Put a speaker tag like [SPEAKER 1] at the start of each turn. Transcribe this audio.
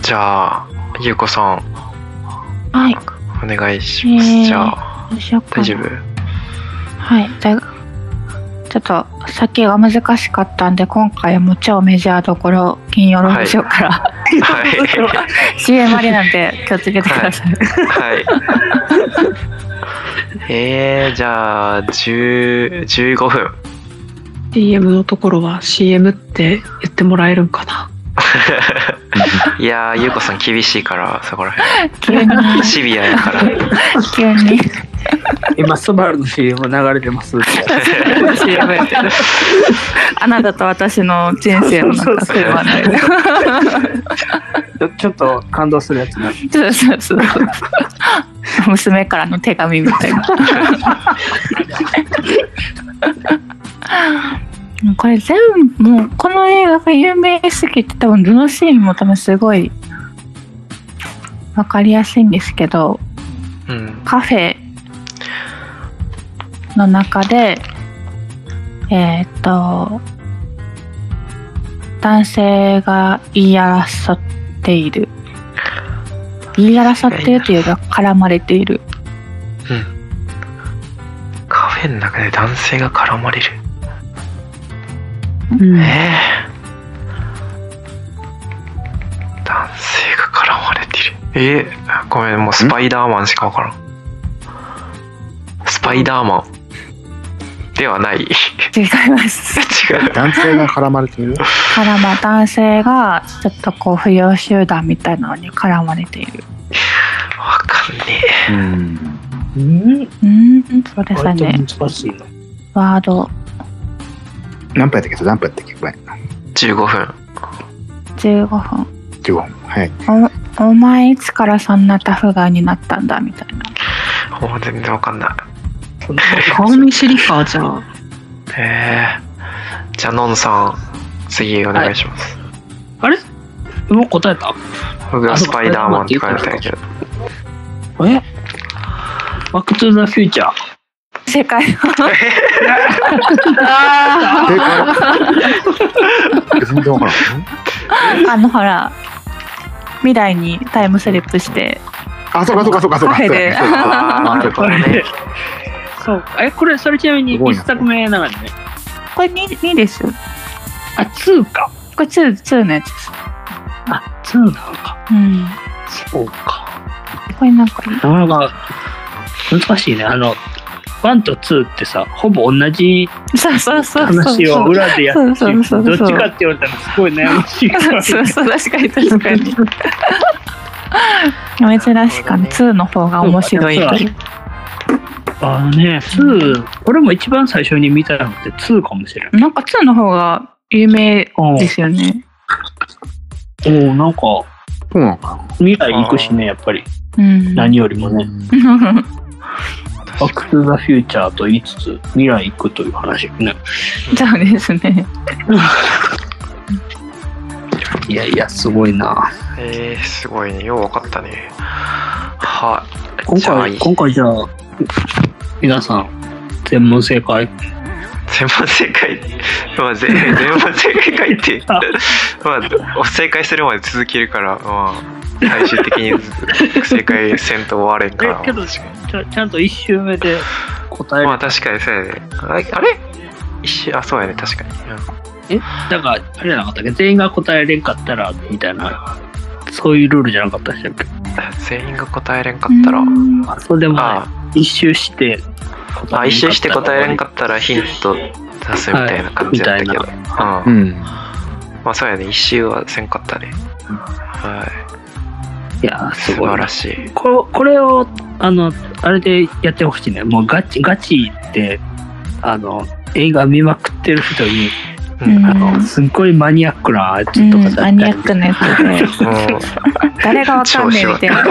[SPEAKER 1] じゃあ、ゆうこさん、
[SPEAKER 2] はい。
[SPEAKER 1] お願いします。
[SPEAKER 2] えー
[SPEAKER 1] じゃあ、
[SPEAKER 2] どうしようか
[SPEAKER 1] 大
[SPEAKER 2] な
[SPEAKER 1] 丈夫
[SPEAKER 2] はい。じゃあちょっと酒が難しかったんで今回も超メジャーどころ金曜ロードショーから、
[SPEAKER 1] は
[SPEAKER 2] CM ありなんで気をつけてください。
[SPEAKER 1] い。はい。えー、じゃあ、10 15分。
[SPEAKER 3] CM のところは CM って言ってもらえるんかな。
[SPEAKER 1] いやー、ゆうこさん厳しいから、そこら
[SPEAKER 2] 急に
[SPEAKER 1] 辺。シビアやから。
[SPEAKER 2] 急に
[SPEAKER 4] 今スバルの CM 流れてます。
[SPEAKER 2] 調べてる。 あなたと私の人生のなんかそういう話題で。
[SPEAKER 4] ちょちょっと感動するやつな。
[SPEAKER 2] そうそうそう。娘からの手紙みたいな。 これ全部もうこの映画が有名すぎて多分どのシーンも多分すごいわかりやすいんですけど
[SPEAKER 1] うん。
[SPEAKER 2] カフェの中でえーっと男性が言い争っている言い争っているというか絡まれている
[SPEAKER 1] カフェの中で男性が絡まれる。
[SPEAKER 3] うん
[SPEAKER 1] えー、男性が絡まれてる。えー、ごめん、もうスパイダーマンしかわからん。スパイダーマンではない。違う。
[SPEAKER 2] 違います
[SPEAKER 5] 男性が絡まれている。
[SPEAKER 2] 絡ま男性がちょっとこう不良集団みたいなのに絡まれている
[SPEAKER 1] わかんね
[SPEAKER 6] うん。
[SPEAKER 4] うん。
[SPEAKER 2] うんそうですね
[SPEAKER 4] 割と難しいの。
[SPEAKER 2] ワード
[SPEAKER 5] 何分やったっけ何分やったっけごめん。
[SPEAKER 1] え。15分。
[SPEAKER 2] 15分
[SPEAKER 5] 15分。はい。
[SPEAKER 2] おお前いつからそんなタフガーになったんだみたいな
[SPEAKER 1] もう全然わかんない。
[SPEAKER 3] 顔見知りかじゃあ。
[SPEAKER 1] えー、じゃあ、のんさん、次お願いします。
[SPEAKER 4] あれもう答えた
[SPEAKER 1] 僕はスパイダーマンって書いてたんやけど。
[SPEAKER 4] えバックトゥーザフューチャー。
[SPEAKER 2] 世界
[SPEAKER 5] えあれ 全然わから ん。
[SPEAKER 2] あのほら未来にタイムスリップして
[SPEAKER 5] あ、そうかそうかそうかそうか。
[SPEAKER 2] カフェで
[SPEAKER 5] そうか
[SPEAKER 1] あーなるほどね。
[SPEAKER 4] そうか。え、これ、それちなみに
[SPEAKER 5] すごい
[SPEAKER 4] 一
[SPEAKER 5] な
[SPEAKER 4] 作目ながらね。
[SPEAKER 2] これ 2, 2ですよ
[SPEAKER 4] あ、2か。
[SPEAKER 2] これ 2, 2のやつです
[SPEAKER 4] あ、2なのか。
[SPEAKER 2] うん
[SPEAKER 4] そうか。
[SPEAKER 2] これなんかいい
[SPEAKER 4] なかなか難しいね。あの、1と2ってさ、ほぼ同じ
[SPEAKER 2] そうそうそうそう
[SPEAKER 4] 話を裏でやって
[SPEAKER 2] そうそうそうそ
[SPEAKER 4] ど
[SPEAKER 2] う
[SPEAKER 4] っちかって言われたらすごい悩ましいから。
[SPEAKER 2] そうそう確かに確かに珍しかね2の方が面白い
[SPEAKER 4] そうだね あのね、2、これも一番最初に見たのって2かもしれん。
[SPEAKER 2] なんか2の方が有名
[SPEAKER 4] おお
[SPEAKER 2] ですよね
[SPEAKER 4] ー、なんか、
[SPEAKER 5] そうなのかな。
[SPEAKER 4] 未来行くしね、やっぱり。
[SPEAKER 2] うん
[SPEAKER 4] 何よりもね。バッ
[SPEAKER 1] 確
[SPEAKER 4] クトゥザフューチャーと言いつつ、未来行くという話ね。
[SPEAKER 2] そうですね
[SPEAKER 4] いやいや、すごいな。
[SPEAKER 1] かにえー、すごいね。ようわかったね。はい。
[SPEAKER 4] 今
[SPEAKER 1] じゃあ
[SPEAKER 4] 回、今回じゃあ、皆さん、全問正解。
[SPEAKER 1] 全問正解まあ全全問正解ってまあ正解するまで続けるからまあ最終的に正解せんと終われんから
[SPEAKER 4] えけど
[SPEAKER 1] 確かに
[SPEAKER 4] ちゃちゃんと一周目で答える
[SPEAKER 1] まあ。確かにそうやねあれあれ一瞬あそうやね確かに、
[SPEAKER 4] だから、あれじゃなかったっけ全員が答えれんかったら、みたいな。そういうルールじゃなかったでしたっけ
[SPEAKER 1] うん全員が答えれんかったら
[SPEAKER 2] うん
[SPEAKER 4] あ、そうでもな
[SPEAKER 1] あ
[SPEAKER 4] い。一周して
[SPEAKER 1] ああ一周して答えれん
[SPEAKER 4] かっ
[SPEAKER 1] かったらヒント出すみたいな感じだったけど、
[SPEAKER 4] は
[SPEAKER 1] う
[SPEAKER 5] うんん。
[SPEAKER 1] まあそうやね一周はせんかったねはい
[SPEAKER 4] たら。いやー、
[SPEAKER 1] 素
[SPEAKER 4] すご
[SPEAKER 1] 晴
[SPEAKER 4] い
[SPEAKER 1] ら
[SPEAKER 4] な。
[SPEAKER 1] しい
[SPEAKER 4] ここれを、あの、あれでやってほしいね。もうガチ、ガチって、あの、映画見まくってる人に、
[SPEAKER 1] うん
[SPEAKER 4] あ
[SPEAKER 2] う
[SPEAKER 4] の、
[SPEAKER 2] ん
[SPEAKER 4] すっごいマニアックなや
[SPEAKER 2] う
[SPEAKER 4] つ
[SPEAKER 2] ん
[SPEAKER 4] とかだった
[SPEAKER 2] マ
[SPEAKER 4] り
[SPEAKER 2] ニアックなやつで
[SPEAKER 1] もう
[SPEAKER 2] 誰がわかんねえみたいな